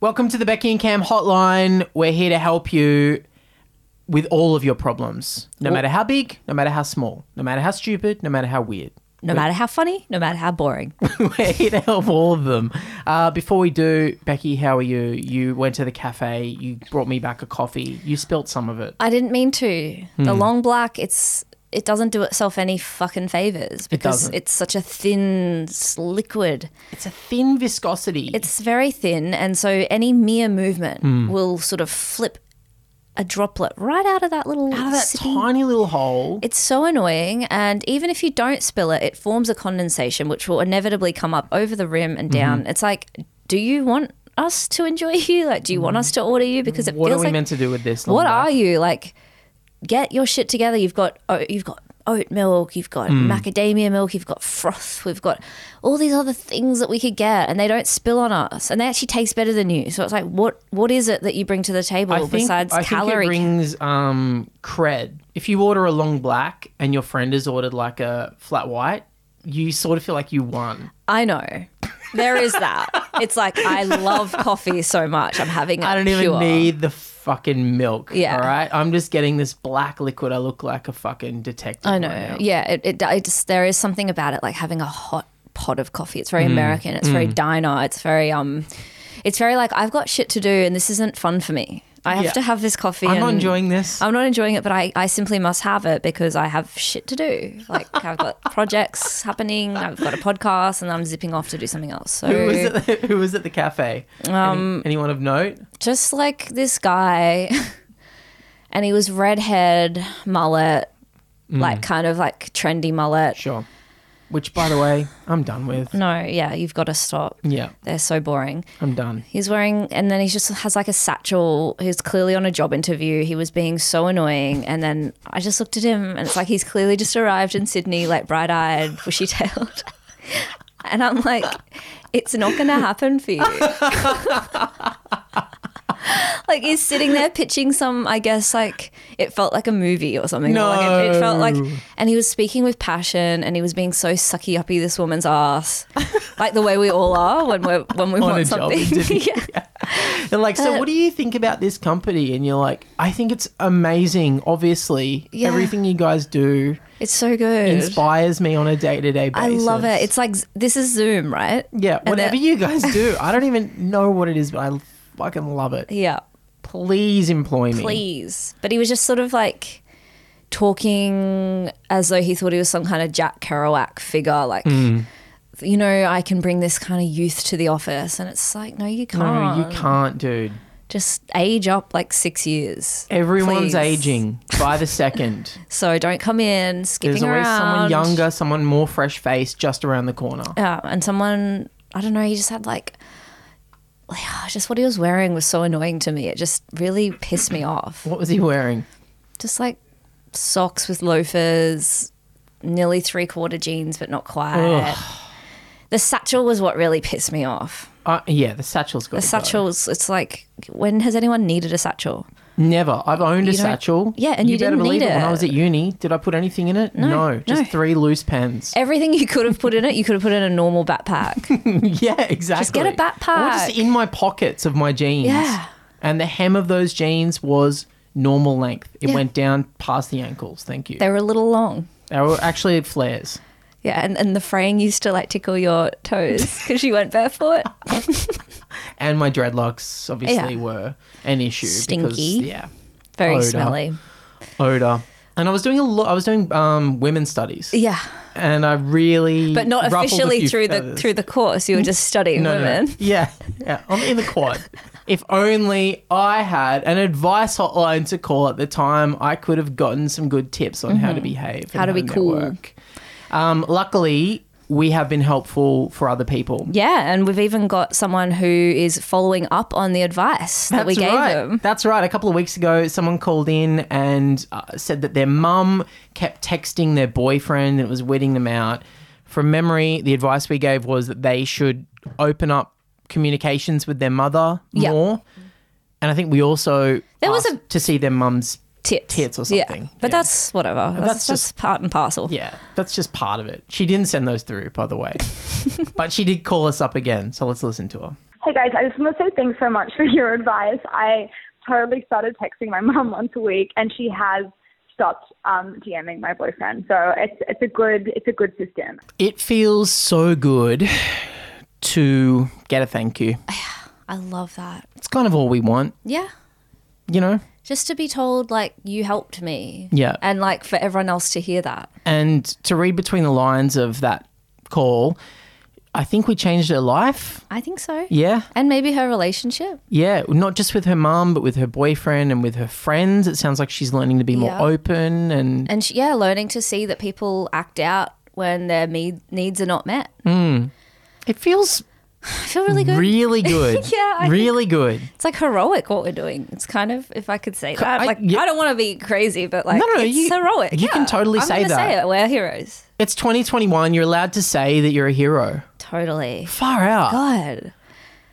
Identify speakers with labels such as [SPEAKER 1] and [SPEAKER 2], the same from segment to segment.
[SPEAKER 1] Welcome to the Becky and Cam hotline. We're here to help you with all of your problems, no matter how big, no matter how small, no matter how stupid, no matter how weird.
[SPEAKER 2] No matter how funny, no matter how boring.
[SPEAKER 1] We're here to help all of them. Uh, before we do, Becky, how are you? You went to the cafe, you brought me back a coffee, you spilt some of it.
[SPEAKER 2] I didn't mean to. The
[SPEAKER 1] Hmm.
[SPEAKER 2] long black, it's it doesn't do itself any fucking favors because
[SPEAKER 1] doesn't.
[SPEAKER 2] it's such a thin s- liquid.
[SPEAKER 1] It's a thin viscosity.
[SPEAKER 2] It's very thin, and so any mere movement
[SPEAKER 1] Hmm.
[SPEAKER 2] will sort of flip a droplet right out of that little
[SPEAKER 1] out of that
[SPEAKER 2] sippy-
[SPEAKER 1] tiny little hole.
[SPEAKER 2] It's so annoying, and even if you don't spill it, it forms a condensation which will inevitably come up over the rim
[SPEAKER 1] Mm-hmm.
[SPEAKER 2] and down. It's like, do you want us to enjoy you? Like, do you want us to order you? Because it
[SPEAKER 1] Mm-hmm. What are
[SPEAKER 2] feels
[SPEAKER 1] we
[SPEAKER 2] like
[SPEAKER 1] meant to do with this?
[SPEAKER 2] what
[SPEAKER 1] Linda?
[SPEAKER 2] are you like? Get your shit together. You've got oh, you've got oat milk, you've got
[SPEAKER 1] Mm.
[SPEAKER 2] macadamia milk, you've got froth, we've got all these other things that we could get, and they don't spill on us, and they actually taste better than you. So it's like, what what is it that you bring to the table
[SPEAKER 1] I think,
[SPEAKER 2] besides
[SPEAKER 1] I
[SPEAKER 2] calorie?
[SPEAKER 1] think it brings um, cred. If you order a long black and your friend has ordered like a flat white, you sort of feel like you won.
[SPEAKER 2] I know. There is that. it's like I love coffee so much. I'm having. It
[SPEAKER 1] I don't even
[SPEAKER 2] pure.
[SPEAKER 1] need the fucking milk.
[SPEAKER 2] Yeah.
[SPEAKER 1] All right. I'm just getting this black liquid. I look like a fucking detective.
[SPEAKER 2] I know. yeah, it, it, I just, there is something about it, like having a hot pot of coffee. It's very
[SPEAKER 1] Mm.
[SPEAKER 2] American. It's very diner. It's very um, it's very like I've got shit to do, and this isn't fun for me. I have
[SPEAKER 1] Yeah.
[SPEAKER 2] to have this coffee.
[SPEAKER 1] I'm not
[SPEAKER 2] and
[SPEAKER 1] enjoying this.
[SPEAKER 2] I'm not enjoying it, but I, I simply must have it because I have shit to do. Like I've got projects happening. I've got a podcast, and I'm zipping off to do something else. So
[SPEAKER 1] who was at the, who was at the cafe?
[SPEAKER 2] Um,
[SPEAKER 1] Any, anyone of note?
[SPEAKER 2] just like this guy and he was redhead mullet
[SPEAKER 1] Mm.
[SPEAKER 2] like kind of like trendy mullet
[SPEAKER 1] Sure. Which, by the way, I'm done with.
[SPEAKER 2] no yeah you've got to stop
[SPEAKER 1] Yeah,
[SPEAKER 2] they're so boring
[SPEAKER 1] I'm done.
[SPEAKER 2] he's wearing and then he just has like a satchel he's clearly on a job interview he was being so annoying and then i just looked at him and it's like he's clearly just arrived in sydney like bright-eyed bushy-tailed and i'm like it's not gonna happen for you like he's sitting there pitching some i guess like it felt like a movie or something Or, like it, it felt like and he was speaking with passion and he was being so sucky uppy this woman's ass like the way we all are when we're when we
[SPEAKER 1] On
[SPEAKER 2] want
[SPEAKER 1] a job
[SPEAKER 2] something
[SPEAKER 1] interview.
[SPEAKER 2] yeah.
[SPEAKER 1] They're like, so
[SPEAKER 2] Uh,
[SPEAKER 1] what do you think about this company? And you're like, I think it's amazing. Obviously,
[SPEAKER 2] Yeah.
[SPEAKER 1] everything you guys do
[SPEAKER 2] It's so good.
[SPEAKER 1] inspires me on a day to day
[SPEAKER 2] I
[SPEAKER 1] basis.
[SPEAKER 2] love it. It's like this is Zoom, right?
[SPEAKER 1] yeah,
[SPEAKER 2] and
[SPEAKER 1] whatever
[SPEAKER 2] it-
[SPEAKER 1] you guys do, I don't even know what it is, but I fucking love it.
[SPEAKER 2] Yeah.
[SPEAKER 1] Please employ me.
[SPEAKER 2] Please. But he was just sort of like talking as though he thought he was some kind of Jack Kerouac figure, like
[SPEAKER 1] Mm.
[SPEAKER 2] you know, I can bring this kind of youth to the office and it's like, no, you
[SPEAKER 1] No,
[SPEAKER 2] can't.
[SPEAKER 1] you can't, dude.
[SPEAKER 2] Just age up like six years.
[SPEAKER 1] Everyone's
[SPEAKER 2] Please.
[SPEAKER 1] aging by the second.
[SPEAKER 2] So don't come in skipping
[SPEAKER 1] There's always someone
[SPEAKER 2] around.
[SPEAKER 1] younger, someone more fresh faced just around the corner.
[SPEAKER 2] Yeah, and someone I don't know, he just had like yeah, just what he was wearing was so annoying to me. It just really pissed me off.
[SPEAKER 1] What was he wearing?
[SPEAKER 2] Just like socks with loafers, nearly three quarter jeans, but not quite. The satchel was what really pissed me off.
[SPEAKER 1] Uh, yeah, the satchel's got
[SPEAKER 2] The
[SPEAKER 1] to go.
[SPEAKER 2] satchels, it's like, when has anyone needed a satchel?
[SPEAKER 1] Never. I've owned a
[SPEAKER 2] You don't-
[SPEAKER 1] satchel.
[SPEAKER 2] Yeah, and you
[SPEAKER 1] better
[SPEAKER 2] didn't
[SPEAKER 1] believe
[SPEAKER 2] need
[SPEAKER 1] When I
[SPEAKER 2] it.
[SPEAKER 1] was at uni, did I put anything in it? No, just
[SPEAKER 2] no.
[SPEAKER 1] three loose pens.
[SPEAKER 2] Everything you could have put in it, you could have put in a normal backpack.
[SPEAKER 1] yeah, exactly. Just
[SPEAKER 2] get a backpack.
[SPEAKER 1] Or just in my pockets of my jeans.
[SPEAKER 2] Yeah.
[SPEAKER 1] And the hem of those jeans was normal length. It
[SPEAKER 2] Yeah.
[SPEAKER 1] went down past the ankles. Thank you.
[SPEAKER 2] they were a little long.
[SPEAKER 1] They were actually flares.
[SPEAKER 2] Yeah, and, and the fraying used to like tickle your toes because you went barefoot.
[SPEAKER 1] And my dreadlocks obviously
[SPEAKER 2] Yeah.
[SPEAKER 1] were an issue. Because,
[SPEAKER 2] Stinky.
[SPEAKER 1] yeah.
[SPEAKER 2] Very
[SPEAKER 1] Odor.
[SPEAKER 2] smelly.
[SPEAKER 1] Odor. And I was doing a lot. I was doing um, women's studies,
[SPEAKER 2] Yeah.
[SPEAKER 1] and I really
[SPEAKER 2] but not
[SPEAKER 1] ruffled a
[SPEAKER 2] officially
[SPEAKER 1] few
[SPEAKER 2] through the
[SPEAKER 1] feathers.
[SPEAKER 2] through the course. You were just studying women.
[SPEAKER 1] Yeah, yeah. I'm in the quad. if only I had an advice hotline to call at the time, I could have gotten some good tips on how to behave, and
[SPEAKER 2] Mm-hmm. How to be cool.
[SPEAKER 1] network. Um, luckily, we have been helpful for other people.
[SPEAKER 2] Yeah, and we've even got someone who is following up on the advice that we gave
[SPEAKER 1] right.
[SPEAKER 2] them.
[SPEAKER 1] That's right. A couple of weeks ago, someone called in and uh, said that their mum kept texting their boyfriend and it was weeding them out. From memory, the advice we gave was that they should open up communications with their mother
[SPEAKER 2] Yeah.
[SPEAKER 1] more. And I think we also
[SPEAKER 2] There was
[SPEAKER 1] asked
[SPEAKER 2] a-
[SPEAKER 1] to see their mum's
[SPEAKER 2] Tips.
[SPEAKER 1] Tits or
[SPEAKER 2] Yeah,
[SPEAKER 1] something.
[SPEAKER 2] but
[SPEAKER 1] Yeah.
[SPEAKER 2] that's whatever. That's,
[SPEAKER 1] that's
[SPEAKER 2] that's just part and parcel.
[SPEAKER 1] yeah, that's just part of it. She didn't send those through, by the way. but she did call us up again, so let's listen to her.
[SPEAKER 3] Hey guys, I just want to say thanks so much for your advice. I totally started texting my mum once a week, and she has stopped um, DMing my boyfriend. So it's it's a good it's a good system.
[SPEAKER 1] It feels so good to get a thank you.
[SPEAKER 2] I love that.
[SPEAKER 1] It's kind of all we want,
[SPEAKER 2] Yeah.
[SPEAKER 1] you know?
[SPEAKER 2] Just to be told, like, you helped me.
[SPEAKER 1] Yeah.
[SPEAKER 2] And, like, for everyone else to hear that.
[SPEAKER 1] And to read between the lines of that call, I think we changed her life.
[SPEAKER 2] I think so.
[SPEAKER 1] Yeah.
[SPEAKER 2] And maybe her relationship.
[SPEAKER 1] Yeah. Not just with her mum, but with her boyfriend and with her friends. It sounds like she's learning to be more
[SPEAKER 2] Yeah.
[SPEAKER 1] open and
[SPEAKER 2] And, she, yeah, learning to see that people act out when their me- needs are not met.
[SPEAKER 1] it feels
[SPEAKER 2] I feel really good.
[SPEAKER 1] really good.
[SPEAKER 2] Yeah, I think-
[SPEAKER 1] really good.
[SPEAKER 2] It's like heroic what we're doing. It's kind of, if I could say that,
[SPEAKER 1] I-
[SPEAKER 2] like
[SPEAKER 1] yeah.
[SPEAKER 2] I don't want to be crazy, but like
[SPEAKER 1] No, no, no,
[SPEAKER 2] it's
[SPEAKER 1] you-
[SPEAKER 2] heroic.
[SPEAKER 1] you can
[SPEAKER 2] Yeah.
[SPEAKER 1] totally
[SPEAKER 2] I'm
[SPEAKER 1] say
[SPEAKER 2] gonna
[SPEAKER 1] that.
[SPEAKER 2] Say it. We're heroes.
[SPEAKER 1] It's 2021. You're allowed to say that you're a hero.
[SPEAKER 2] Totally.
[SPEAKER 1] Far out.
[SPEAKER 2] God,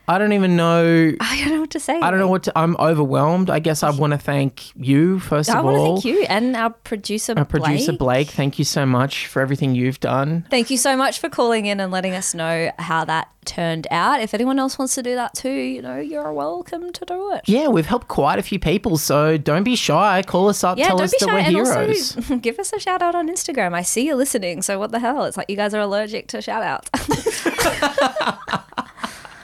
[SPEAKER 1] I don't even know.
[SPEAKER 2] I don't know what to say.
[SPEAKER 1] I don't know what to. I'm overwhelmed. I guess I want to thank you first
[SPEAKER 2] I
[SPEAKER 1] of
[SPEAKER 2] want to
[SPEAKER 1] all.
[SPEAKER 2] thank you and our producer,
[SPEAKER 1] Our producer Blake.
[SPEAKER 2] Blake.
[SPEAKER 1] thank you so much for everything you've done.
[SPEAKER 2] Thank you so much for calling in and letting us know how that turned out. If anyone else wants to do that too, you know, you're welcome to do it.
[SPEAKER 1] Yeah, we've helped quite a few people, so don't be shy. Call us up.
[SPEAKER 2] Yeah,
[SPEAKER 1] tell
[SPEAKER 2] don't
[SPEAKER 1] us
[SPEAKER 2] be
[SPEAKER 1] that
[SPEAKER 2] shy.
[SPEAKER 1] we're
[SPEAKER 2] And
[SPEAKER 1] heroes.
[SPEAKER 2] also, give us a shout out on Instagram. I see you listening. So, what the hell? It's like you guys are allergic to shout outs.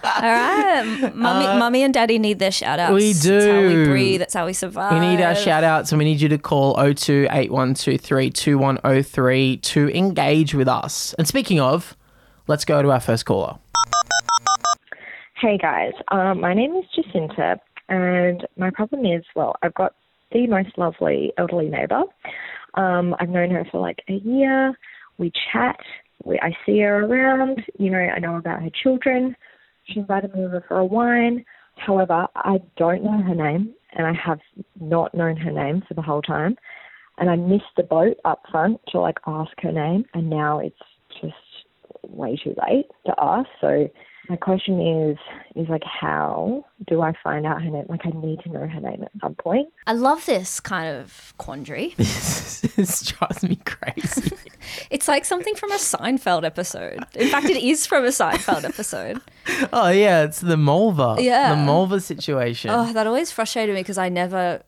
[SPEAKER 2] All right. Mummy, mummy and daddy need their shout outs.
[SPEAKER 1] Uh, we
[SPEAKER 2] That's how we
[SPEAKER 1] do.
[SPEAKER 2] breathe. That's how we survive.
[SPEAKER 1] we need our shout outs and we need you to call 02 8123 2103 to engage with us. And speaking of, let's go to our first caller.
[SPEAKER 4] Hey guys, um, my name is Jacinta, and my problem is well, I've got the most lovely elderly neighbour. Um, I've known her for like a year. We chat. We, I see her around. You know, I know about her children. She invited me over for a wine. However, I don't know her name, and I have not known her name for the whole time. And I missed the boat up front to like ask her name, and now it's just way too late to ask. So my question is, is like, how do I find out her name? Like, I need to know her name at some point.
[SPEAKER 2] I love this kind of quandary.
[SPEAKER 1] this drives me crazy.
[SPEAKER 2] It's like something from a Seinfeld episode. In fact, it is from a Seinfeld episode.
[SPEAKER 1] oh, yeah, it's the Mulva.
[SPEAKER 2] Yeah.
[SPEAKER 1] The Mulva situation.
[SPEAKER 2] Oh, that always frustrated me because I never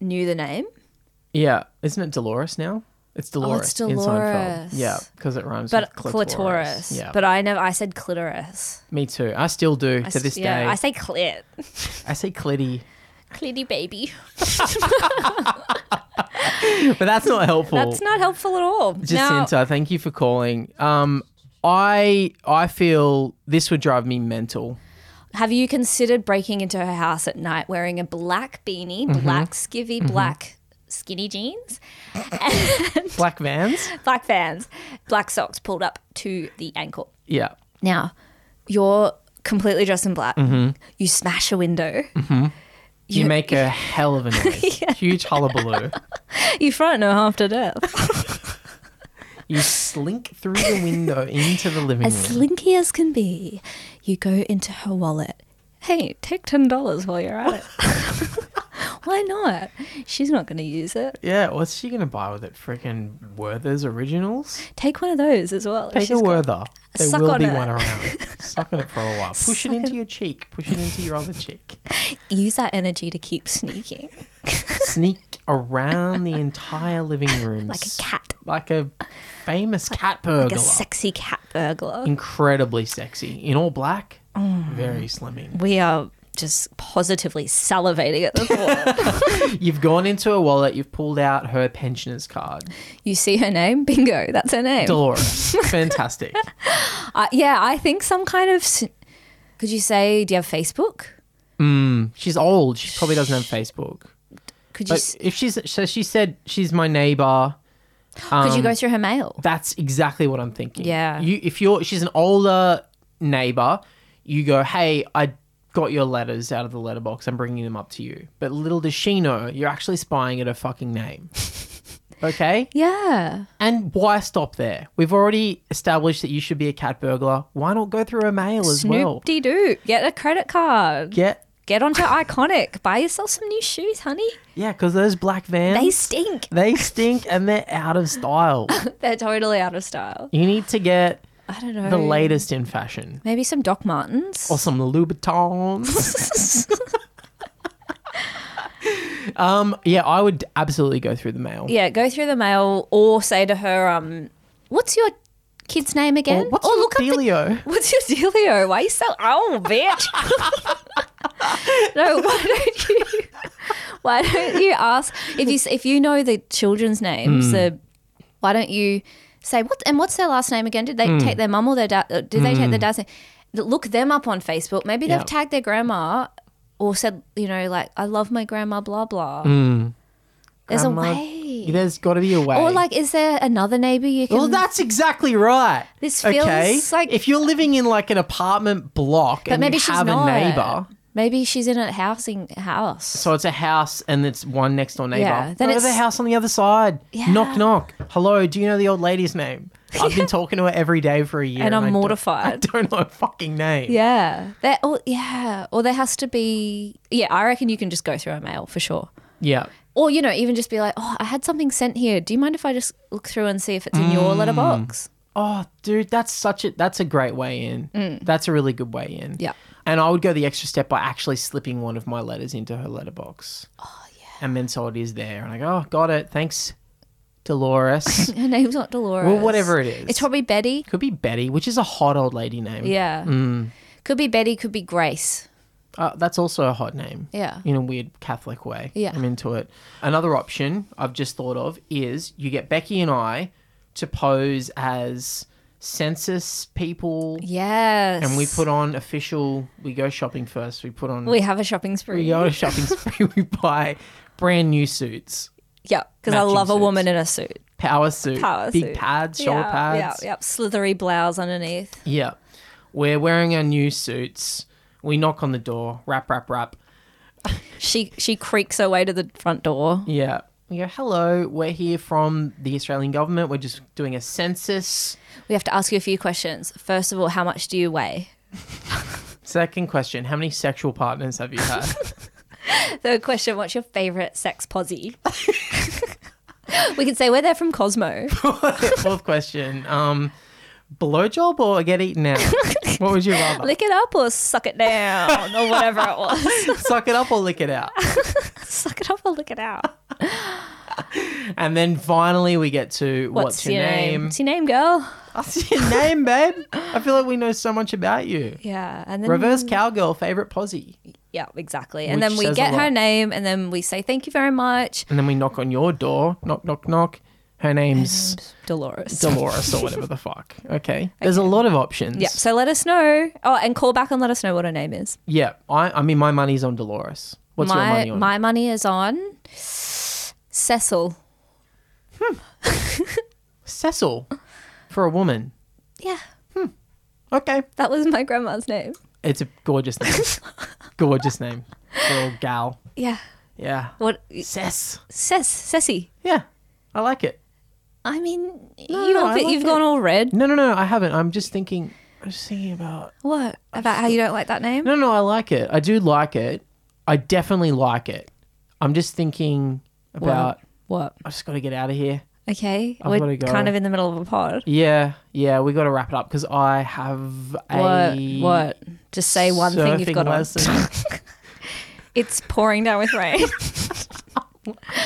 [SPEAKER 2] knew the name.
[SPEAKER 1] Yeah, isn't it Dolores now? It's Dolores.
[SPEAKER 2] Oh, it's
[SPEAKER 1] In Seinfeld.
[SPEAKER 2] Dolores.
[SPEAKER 1] Yeah, because it rhymes
[SPEAKER 2] But
[SPEAKER 1] with
[SPEAKER 2] clitoris.
[SPEAKER 1] clitoris. Yeah,
[SPEAKER 2] But I never. I said clitoris.
[SPEAKER 1] me too. I still do
[SPEAKER 2] I
[SPEAKER 1] to
[SPEAKER 2] s-
[SPEAKER 1] this
[SPEAKER 2] yeah,
[SPEAKER 1] day.
[SPEAKER 2] I say clit.
[SPEAKER 1] I say clitty,
[SPEAKER 2] Clitty baby.
[SPEAKER 1] but that's not helpful.
[SPEAKER 2] That's not helpful at all.
[SPEAKER 1] Jacinta, thank you for calling. Um, I I feel this would drive me mental.
[SPEAKER 2] Now, have you considered breaking into her house at night wearing a black beanie, black skivvy, black skinny jeans,
[SPEAKER 1] Black vans.
[SPEAKER 2] black vans, black socks pulled up to the ankle?
[SPEAKER 1] Yeah.
[SPEAKER 2] Now, you're completely dressed in black. You smash a window.
[SPEAKER 1] You make a hell of a noise. Huge hullabaloo.
[SPEAKER 2] You frighten her half to death.
[SPEAKER 1] You slink through the window into the living room.
[SPEAKER 2] as slinky as can be, you go into her wallet. Hey, take ten dollars while you're at it. Why not? She's not going to use it.
[SPEAKER 1] yeah, what's she going to buy with it? Freaking Werther's Originals?
[SPEAKER 2] Take one of those as well. if
[SPEAKER 1] Take
[SPEAKER 2] she's
[SPEAKER 1] a
[SPEAKER 2] got-
[SPEAKER 1] Werther. There
[SPEAKER 2] Suck
[SPEAKER 1] will
[SPEAKER 2] on
[SPEAKER 1] be
[SPEAKER 2] it.
[SPEAKER 1] one around. Suck on it for a while. Push it into your cheek. Push it into your other cheek.
[SPEAKER 2] Use that energy to keep sneaking
[SPEAKER 1] Sneak around the entire living room.
[SPEAKER 2] like a cat,
[SPEAKER 1] Like a famous cat
[SPEAKER 2] like
[SPEAKER 1] burglar.
[SPEAKER 2] a sexy cat burglar.
[SPEAKER 1] Incredibly sexy. In all black. Very slimming.
[SPEAKER 2] We are just positively salivating at the thought.
[SPEAKER 1] You've gone into her wallet. You've pulled out her pensioner's card.
[SPEAKER 2] you see her name, bingo, that's her name.
[SPEAKER 1] Dolores. Fantastic.
[SPEAKER 2] I- yeah, I think some kind of. s- Could you say? Do you have Facebook?
[SPEAKER 1] She's old. She probably doesn't have Facebook.
[SPEAKER 2] Could you?
[SPEAKER 1] But
[SPEAKER 2] s-
[SPEAKER 1] if she's so she said she's my neighbor.
[SPEAKER 2] could
[SPEAKER 1] um,
[SPEAKER 2] you go through her mail?
[SPEAKER 1] That's exactly what I'm thinking.
[SPEAKER 2] Yeah.
[SPEAKER 1] You if you're she's an older neighbor, you go, "Hey, I got your letters out of the letterbox. I'm bringing them up to you." But little does she know, you're actually spying at her fucking name. okay?
[SPEAKER 2] Yeah.
[SPEAKER 1] And why stop there? We've already established that you should be a cat burglar. Why not go through her mail as well?
[SPEAKER 2] Snoop de doo. Get a credit card.
[SPEAKER 1] Get
[SPEAKER 2] Get onto Iconic. Buy yourself some new shoes, honey.
[SPEAKER 1] yeah, because those black vans
[SPEAKER 2] They stink.
[SPEAKER 1] they stink and they're out of style.
[SPEAKER 2] They're totally out of style.
[SPEAKER 1] You need to get
[SPEAKER 2] I don't know.
[SPEAKER 1] The latest in fashion.
[SPEAKER 2] Maybe some Doc Martens.
[SPEAKER 1] Or some Louboutins. um, yeah, I would absolutely go through the mail.
[SPEAKER 2] yeah, go through the mail or say to her, um, what's your kid's name again?
[SPEAKER 1] Or what's your dealio?
[SPEAKER 2] Oh, Up the, what's your dealio? Why you so old, bitch? no, why don't you? Why don't you ask if you if you know the children's
[SPEAKER 1] Hmm.
[SPEAKER 2] names? The why don't you say what and what's their last name again? Did
[SPEAKER 1] Hmm.
[SPEAKER 2] they take their mum or their dad? uh, Did they take their dad's name? Look them up on Facebook. Maybe
[SPEAKER 1] Yeah.
[SPEAKER 2] they've tagged their grandma or said you know like I love my grandma. Blah blah. There's a
[SPEAKER 1] Hmm. Grandma-
[SPEAKER 2] way.
[SPEAKER 1] There's got to be a way.
[SPEAKER 2] Or like, is there another neighbor you can?
[SPEAKER 1] Well, that's exactly right.
[SPEAKER 2] This feels like-
[SPEAKER 1] if you're living in like an apartment block
[SPEAKER 2] but
[SPEAKER 1] and
[SPEAKER 2] maybe
[SPEAKER 1] you
[SPEAKER 2] she's
[SPEAKER 1] have a
[SPEAKER 2] not.
[SPEAKER 1] neighbor,
[SPEAKER 2] Maybe she's in a housing house.
[SPEAKER 1] so it's a house and it's one next door neighbor.
[SPEAKER 2] Yeah, then
[SPEAKER 1] then it's a
[SPEAKER 2] it's-
[SPEAKER 1] house on the other side. Knock
[SPEAKER 2] Yeah.
[SPEAKER 1] knock. Hello, do you know the old lady's name? I've been talking to her every day for a year,
[SPEAKER 2] And I'm
[SPEAKER 1] I don't-
[SPEAKER 2] mortified.
[SPEAKER 1] I don't know her fucking name.
[SPEAKER 2] Yeah. There. Or yeah. Or there has to be. Yeah. I reckon you can just go through a mail for sure.
[SPEAKER 1] yeah.
[SPEAKER 2] Or you know, even just be like, oh, I had something sent here. Do you mind if I just look through and see if it's in your
[SPEAKER 1] Mm.
[SPEAKER 2] letterbox?
[SPEAKER 1] Oh, dude, that's such a that's a great way in. That's a really good way in.
[SPEAKER 2] Mm. Yeah.
[SPEAKER 1] And I would go the extra step by actually slipping one of my letters into her letterbox. Oh yeah. And then so it is there, and I go, oh, got it. Thanks, Dolores.
[SPEAKER 2] Her name's not Dolores.
[SPEAKER 1] well, whatever it is.
[SPEAKER 2] It's probably Betty.
[SPEAKER 1] could be Betty, which is a hot old lady name.
[SPEAKER 2] Yeah.
[SPEAKER 1] Mm.
[SPEAKER 2] Could be Betty. Could be Grace.
[SPEAKER 1] Uh, that's also a hot name.
[SPEAKER 2] Yeah.
[SPEAKER 1] In a weird Catholic way.
[SPEAKER 2] Yeah.
[SPEAKER 1] I'm into it. Another option I've just thought of is you get Becky and I to pose as census people.
[SPEAKER 2] Yes.
[SPEAKER 1] And we put on official. We go shopping first. We put on.
[SPEAKER 2] We have a shopping spree.
[SPEAKER 1] we
[SPEAKER 2] Yeah.
[SPEAKER 1] go to shopping spree. We buy brand new suits,
[SPEAKER 2] Because I
[SPEAKER 1] Matching
[SPEAKER 2] love a
[SPEAKER 1] suits.
[SPEAKER 2] woman in a suit.
[SPEAKER 1] power suits,
[SPEAKER 2] Power
[SPEAKER 1] big
[SPEAKER 2] suit.
[SPEAKER 1] pads, shoulder
[SPEAKER 2] yeah,
[SPEAKER 1] pads.
[SPEAKER 2] Yeah, yeah. Slithery blouse underneath.
[SPEAKER 1] Yeah. We're wearing our new suits. We knock on the door. Rap, rap, rap.
[SPEAKER 2] She she creaks her way to the front door.
[SPEAKER 1] Yeah. We go, hello. We're here from the Australian government. We're just doing a census.
[SPEAKER 2] We have to ask you a few questions. First of all, how much do you weigh?
[SPEAKER 1] Second question: How many sexual partners have you had?
[SPEAKER 2] Third question, what's your favorite sex posse? we could say we're there from Cosmo.
[SPEAKER 1] Fourth question: um, Blowjob or get eaten out? What would you rather?
[SPEAKER 2] Lick it up or suck it down or whatever it was.
[SPEAKER 1] Suck it up or lick it out?
[SPEAKER 2] suck it up or lick it out.
[SPEAKER 1] And then finally, we get to what's,
[SPEAKER 2] What's,
[SPEAKER 1] your, name?
[SPEAKER 2] What's your name, girl?
[SPEAKER 1] What's your name, babe? I feel like we know so much about you.
[SPEAKER 2] Yeah. And then
[SPEAKER 1] Reverse cowgirl, favorite posse.
[SPEAKER 2] Yeah, exactly. And
[SPEAKER 1] Which
[SPEAKER 2] then we
[SPEAKER 1] says a
[SPEAKER 2] get her
[SPEAKER 1] lot.
[SPEAKER 2] name and then we say thank you very much.
[SPEAKER 1] And then we knock on your door. Knock, knock, knock. Her name's
[SPEAKER 2] Dolores.
[SPEAKER 1] Dolores or whatever the fuck. Okay. There's a lot of options.
[SPEAKER 2] yeah. So let us know. Oh, and call back and let us know what her name is.
[SPEAKER 1] Yeah. I, I mean, my money's on Dolores. What's
[SPEAKER 2] my
[SPEAKER 1] your money on?
[SPEAKER 2] my money is on Cecil.
[SPEAKER 1] Cecil for a woman.
[SPEAKER 2] Yeah,
[SPEAKER 1] Okay.
[SPEAKER 2] that was my grandma's name.
[SPEAKER 1] It's a gorgeous name. gorgeous name. Little gal.
[SPEAKER 2] Yeah.
[SPEAKER 1] Yeah.
[SPEAKER 2] What
[SPEAKER 1] Cess.
[SPEAKER 2] Cess Cessy?
[SPEAKER 1] Yeah. I like it.
[SPEAKER 2] I mean,
[SPEAKER 1] No,
[SPEAKER 2] you
[SPEAKER 1] no, I like
[SPEAKER 2] you've
[SPEAKER 1] it.
[SPEAKER 2] gone all red.
[SPEAKER 1] No, no, no. I haven't. I'm just thinking. I'm just thinking about.
[SPEAKER 2] What about how you don't like that name?
[SPEAKER 1] No, no, I like it. I do like it. I definitely like it. I'm just thinking about.
[SPEAKER 2] What?
[SPEAKER 1] I just got to get out of here.
[SPEAKER 2] Okay,
[SPEAKER 1] I've
[SPEAKER 2] we're
[SPEAKER 1] gotta go.
[SPEAKER 2] kind of in the middle of a pod.
[SPEAKER 1] Yeah, yeah. We got to wrap it up because I have
[SPEAKER 2] What?
[SPEAKER 1] a
[SPEAKER 2] What? Just say one thing you've
[SPEAKER 1] surfing
[SPEAKER 2] got on.
[SPEAKER 1] lesson.
[SPEAKER 2] It's pouring down with rain.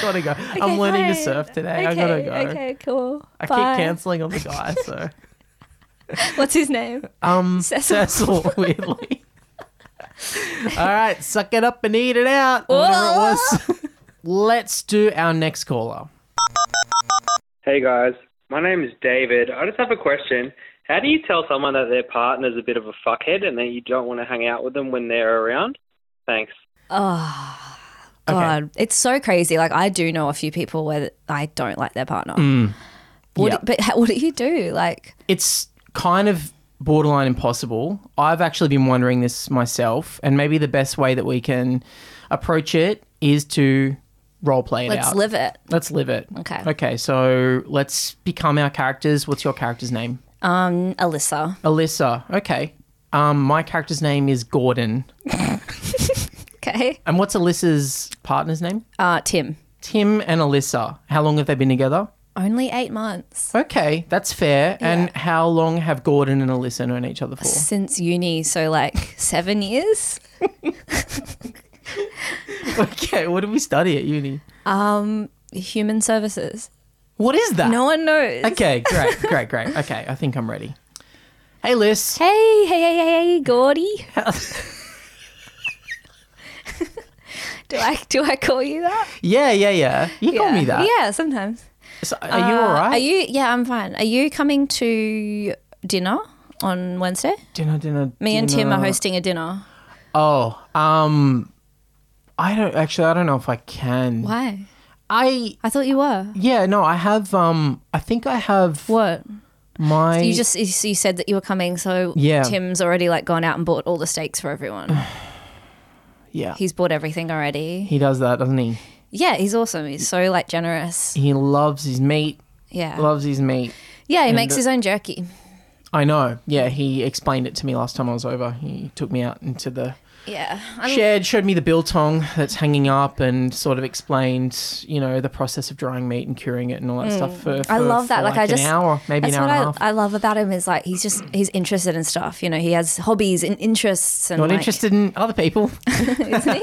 [SPEAKER 1] gotta go. I'm learning to
[SPEAKER 2] fine.
[SPEAKER 1] surf today.
[SPEAKER 2] okay,
[SPEAKER 1] I gotta go.
[SPEAKER 2] okay, cool.
[SPEAKER 1] I
[SPEAKER 2] Bye.
[SPEAKER 1] keep canceling on the guy. So
[SPEAKER 2] What's his name?
[SPEAKER 1] um,
[SPEAKER 2] Cecil.
[SPEAKER 1] Cecil weirdly. All right, suck it up and eat it out. or Whatever it was. Let's do our next caller.
[SPEAKER 5] Hey guys, my name is David. I just have a question. How do you tell someone that their partner's a bit of a fuckhead and that you don't want to hang out with them when they're around? Thanks.
[SPEAKER 1] Okay.
[SPEAKER 2] Oh, God, it's so crazy. Like I do know a few people where I don't like their partner. What
[SPEAKER 1] Mm. Yeah.
[SPEAKER 2] but how, what do you do? Like,
[SPEAKER 1] it's kind of borderline impossible. I've actually been wondering this myself, and maybe the best way that we can approach it is to role play it
[SPEAKER 2] let's
[SPEAKER 1] out.
[SPEAKER 2] live it.
[SPEAKER 1] Let's live it.
[SPEAKER 2] Okay.
[SPEAKER 1] Okay, so let's become our characters. What's your character's name?
[SPEAKER 2] Um, Alyssa.
[SPEAKER 1] Alyssa. Okay. Um, my character's name is Gordon.
[SPEAKER 2] Okay.
[SPEAKER 1] And what's Alyssa's partner's name?
[SPEAKER 2] Uh, Tim.
[SPEAKER 1] Tim and Alyssa. How long have they been together?
[SPEAKER 2] Only eight months
[SPEAKER 1] Okay, that's fair. And how long have Gordon and Alyssa known each other for?
[SPEAKER 2] since uni, so like seven years.
[SPEAKER 1] okay, what did we study at uni?
[SPEAKER 2] Um, human services.
[SPEAKER 1] What is that?
[SPEAKER 2] No one knows.
[SPEAKER 1] Ah. Okay, great, great, great. Okay, I think I'm ready. Hey, Liz.
[SPEAKER 2] Hey, hey, hey, hey, hey, Gordy. do I do I call you that?
[SPEAKER 1] Yeah, yeah, yeah. You call
[SPEAKER 2] yeah.
[SPEAKER 1] me that.
[SPEAKER 2] Yeah, sometimes.
[SPEAKER 1] So, are you
[SPEAKER 2] Uh,
[SPEAKER 1] all right?
[SPEAKER 2] Are you? Yeah, I'm fine. Are you coming to dinner on Wednesday?
[SPEAKER 1] dinner, dinner.
[SPEAKER 2] Me and Tim
[SPEAKER 1] dinner.
[SPEAKER 2] are hosting a dinner.
[SPEAKER 1] Oh, um, I don't actually. I don't know if I can.
[SPEAKER 2] Why?
[SPEAKER 1] I
[SPEAKER 2] I thought you were.
[SPEAKER 1] yeah. No, I have. Um, I think I have
[SPEAKER 2] What?
[SPEAKER 1] my.
[SPEAKER 2] You just you you said that you were coming, so
[SPEAKER 1] Yeah.
[SPEAKER 2] Tim's already like gone out and bought all the steaks for everyone.
[SPEAKER 1] yeah.
[SPEAKER 2] he's bought everything already.
[SPEAKER 1] He does that, doesn't he?
[SPEAKER 2] Yeah, he's awesome. He's so like generous.
[SPEAKER 1] He loves his meat.
[SPEAKER 2] Yeah,
[SPEAKER 1] Loves his meat.
[SPEAKER 2] yeah. He
[SPEAKER 1] uh,
[SPEAKER 2] makes his own jerky.
[SPEAKER 1] I know. Yeah, he explained it to me last time I was over. He took me out into the
[SPEAKER 2] Yeah, I
[SPEAKER 1] shed, showed me the biltong that's hanging up, and sort of explained, you know, the process of drying meat and curing it and all that stuff. For,
[SPEAKER 2] Mm. I
[SPEAKER 1] for-
[SPEAKER 2] love that.
[SPEAKER 1] for
[SPEAKER 2] Like, I just
[SPEAKER 1] an hour, maybe an
[SPEAKER 2] that's
[SPEAKER 1] hour and a
[SPEAKER 2] what
[SPEAKER 1] half.
[SPEAKER 2] I, I love about him is like he's just he's interested in stuff. You know, he has hobbies and interests. And
[SPEAKER 1] Not
[SPEAKER 2] like,
[SPEAKER 1] interested in other people.
[SPEAKER 2] isn't he?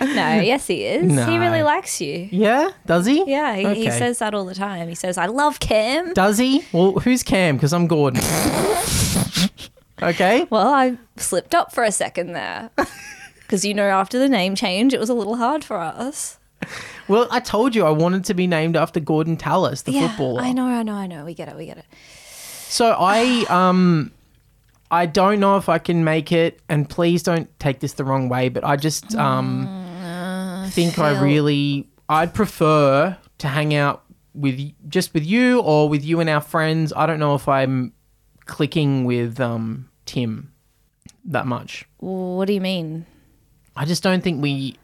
[SPEAKER 2] no, yes, he is. He really likes you.
[SPEAKER 1] Yeah, does he?
[SPEAKER 2] Yeah, he, he
[SPEAKER 1] Okay.
[SPEAKER 2] says that all the time. He says, "I love Cam."
[SPEAKER 1] Does he? Well, who's Cam? Because I'm Gordon. okay.
[SPEAKER 2] Well, I slipped up for a second there. Because, you know, after the name change, it was a little hard for us.
[SPEAKER 1] Well, I told you I wanted to be named after Gordon Tallis, the footballer.
[SPEAKER 2] I know, I know, I know. We get it, we get it.
[SPEAKER 1] So I um I don't know if I can make it and please don't take this the wrong way, but I just um
[SPEAKER 2] Mm,
[SPEAKER 1] think I
[SPEAKER 2] feel-
[SPEAKER 1] really I'd prefer to hang out with y- just with you or with you and our friends. I don't know if I'm clicking with um Tim that much.
[SPEAKER 2] What do you mean?
[SPEAKER 1] I just don't think we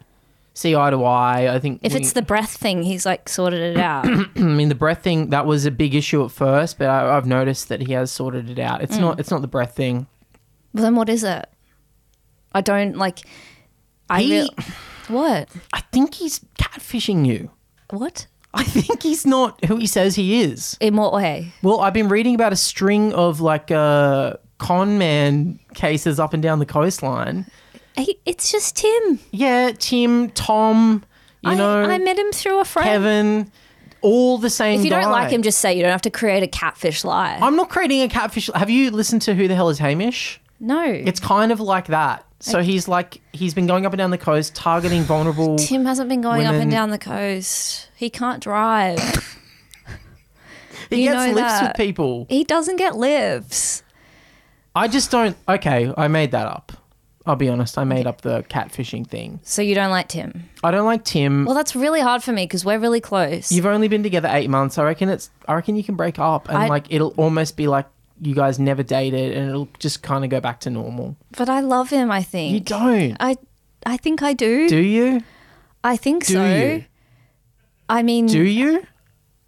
[SPEAKER 1] see eye to eye. I think
[SPEAKER 2] If
[SPEAKER 1] we-
[SPEAKER 2] it's the breath thing, he's like sorted it out.
[SPEAKER 1] I mean the breath thing that was a big issue at first, but I, I've noticed that he has sorted it out.
[SPEAKER 2] Mm.
[SPEAKER 1] It's not it's not the breath thing.
[SPEAKER 2] well, then what is it? I don't like. I
[SPEAKER 1] He-
[SPEAKER 2] real- What?
[SPEAKER 1] I think he's catfishing you.
[SPEAKER 2] What?
[SPEAKER 1] I think he's not who he says he is.
[SPEAKER 2] In what way?
[SPEAKER 1] Well, I've been reading about a string of like uh, con man cases up and down the coastline.
[SPEAKER 2] He, it's just Tim.
[SPEAKER 1] Yeah, Tim, Tom, you
[SPEAKER 2] I,
[SPEAKER 1] know,
[SPEAKER 2] I met him through a friend.
[SPEAKER 1] Kevin, all the same.
[SPEAKER 2] if you don't
[SPEAKER 1] guy.
[SPEAKER 2] like him, just say you don't have to create a catfish lie.
[SPEAKER 1] I'm not creating a catfish. Have you listened to Who the Hell is Hamish?
[SPEAKER 2] no.
[SPEAKER 1] It's kind of like that. So he's like he's been going up and down the coast targeting vulnerable.
[SPEAKER 2] Tim hasn't been going up
[SPEAKER 1] women-
[SPEAKER 2] and down the coast. He can't drive.
[SPEAKER 1] he
[SPEAKER 2] you
[SPEAKER 1] gets
[SPEAKER 2] know
[SPEAKER 1] lips
[SPEAKER 2] that.
[SPEAKER 1] with people.
[SPEAKER 2] he doesn't get lives.
[SPEAKER 1] I just don't. Okay, I made that up. I'll be honest. I made up the catfishing thing.
[SPEAKER 2] So you don't like Tim?
[SPEAKER 1] I don't like Tim.
[SPEAKER 2] Well, that's really hard for me because we're really close.
[SPEAKER 1] You've only been together eight months. I reckon it's. I reckon you can break up, and
[SPEAKER 2] I-
[SPEAKER 1] like it'll almost be like you guys never dated, and it'll just kind of go back to normal.
[SPEAKER 2] but I love him. I think
[SPEAKER 1] You don't,
[SPEAKER 2] I, I think I do.
[SPEAKER 1] do you?
[SPEAKER 2] I think
[SPEAKER 1] Do
[SPEAKER 2] so.
[SPEAKER 1] you?
[SPEAKER 2] I mean,
[SPEAKER 1] Do you?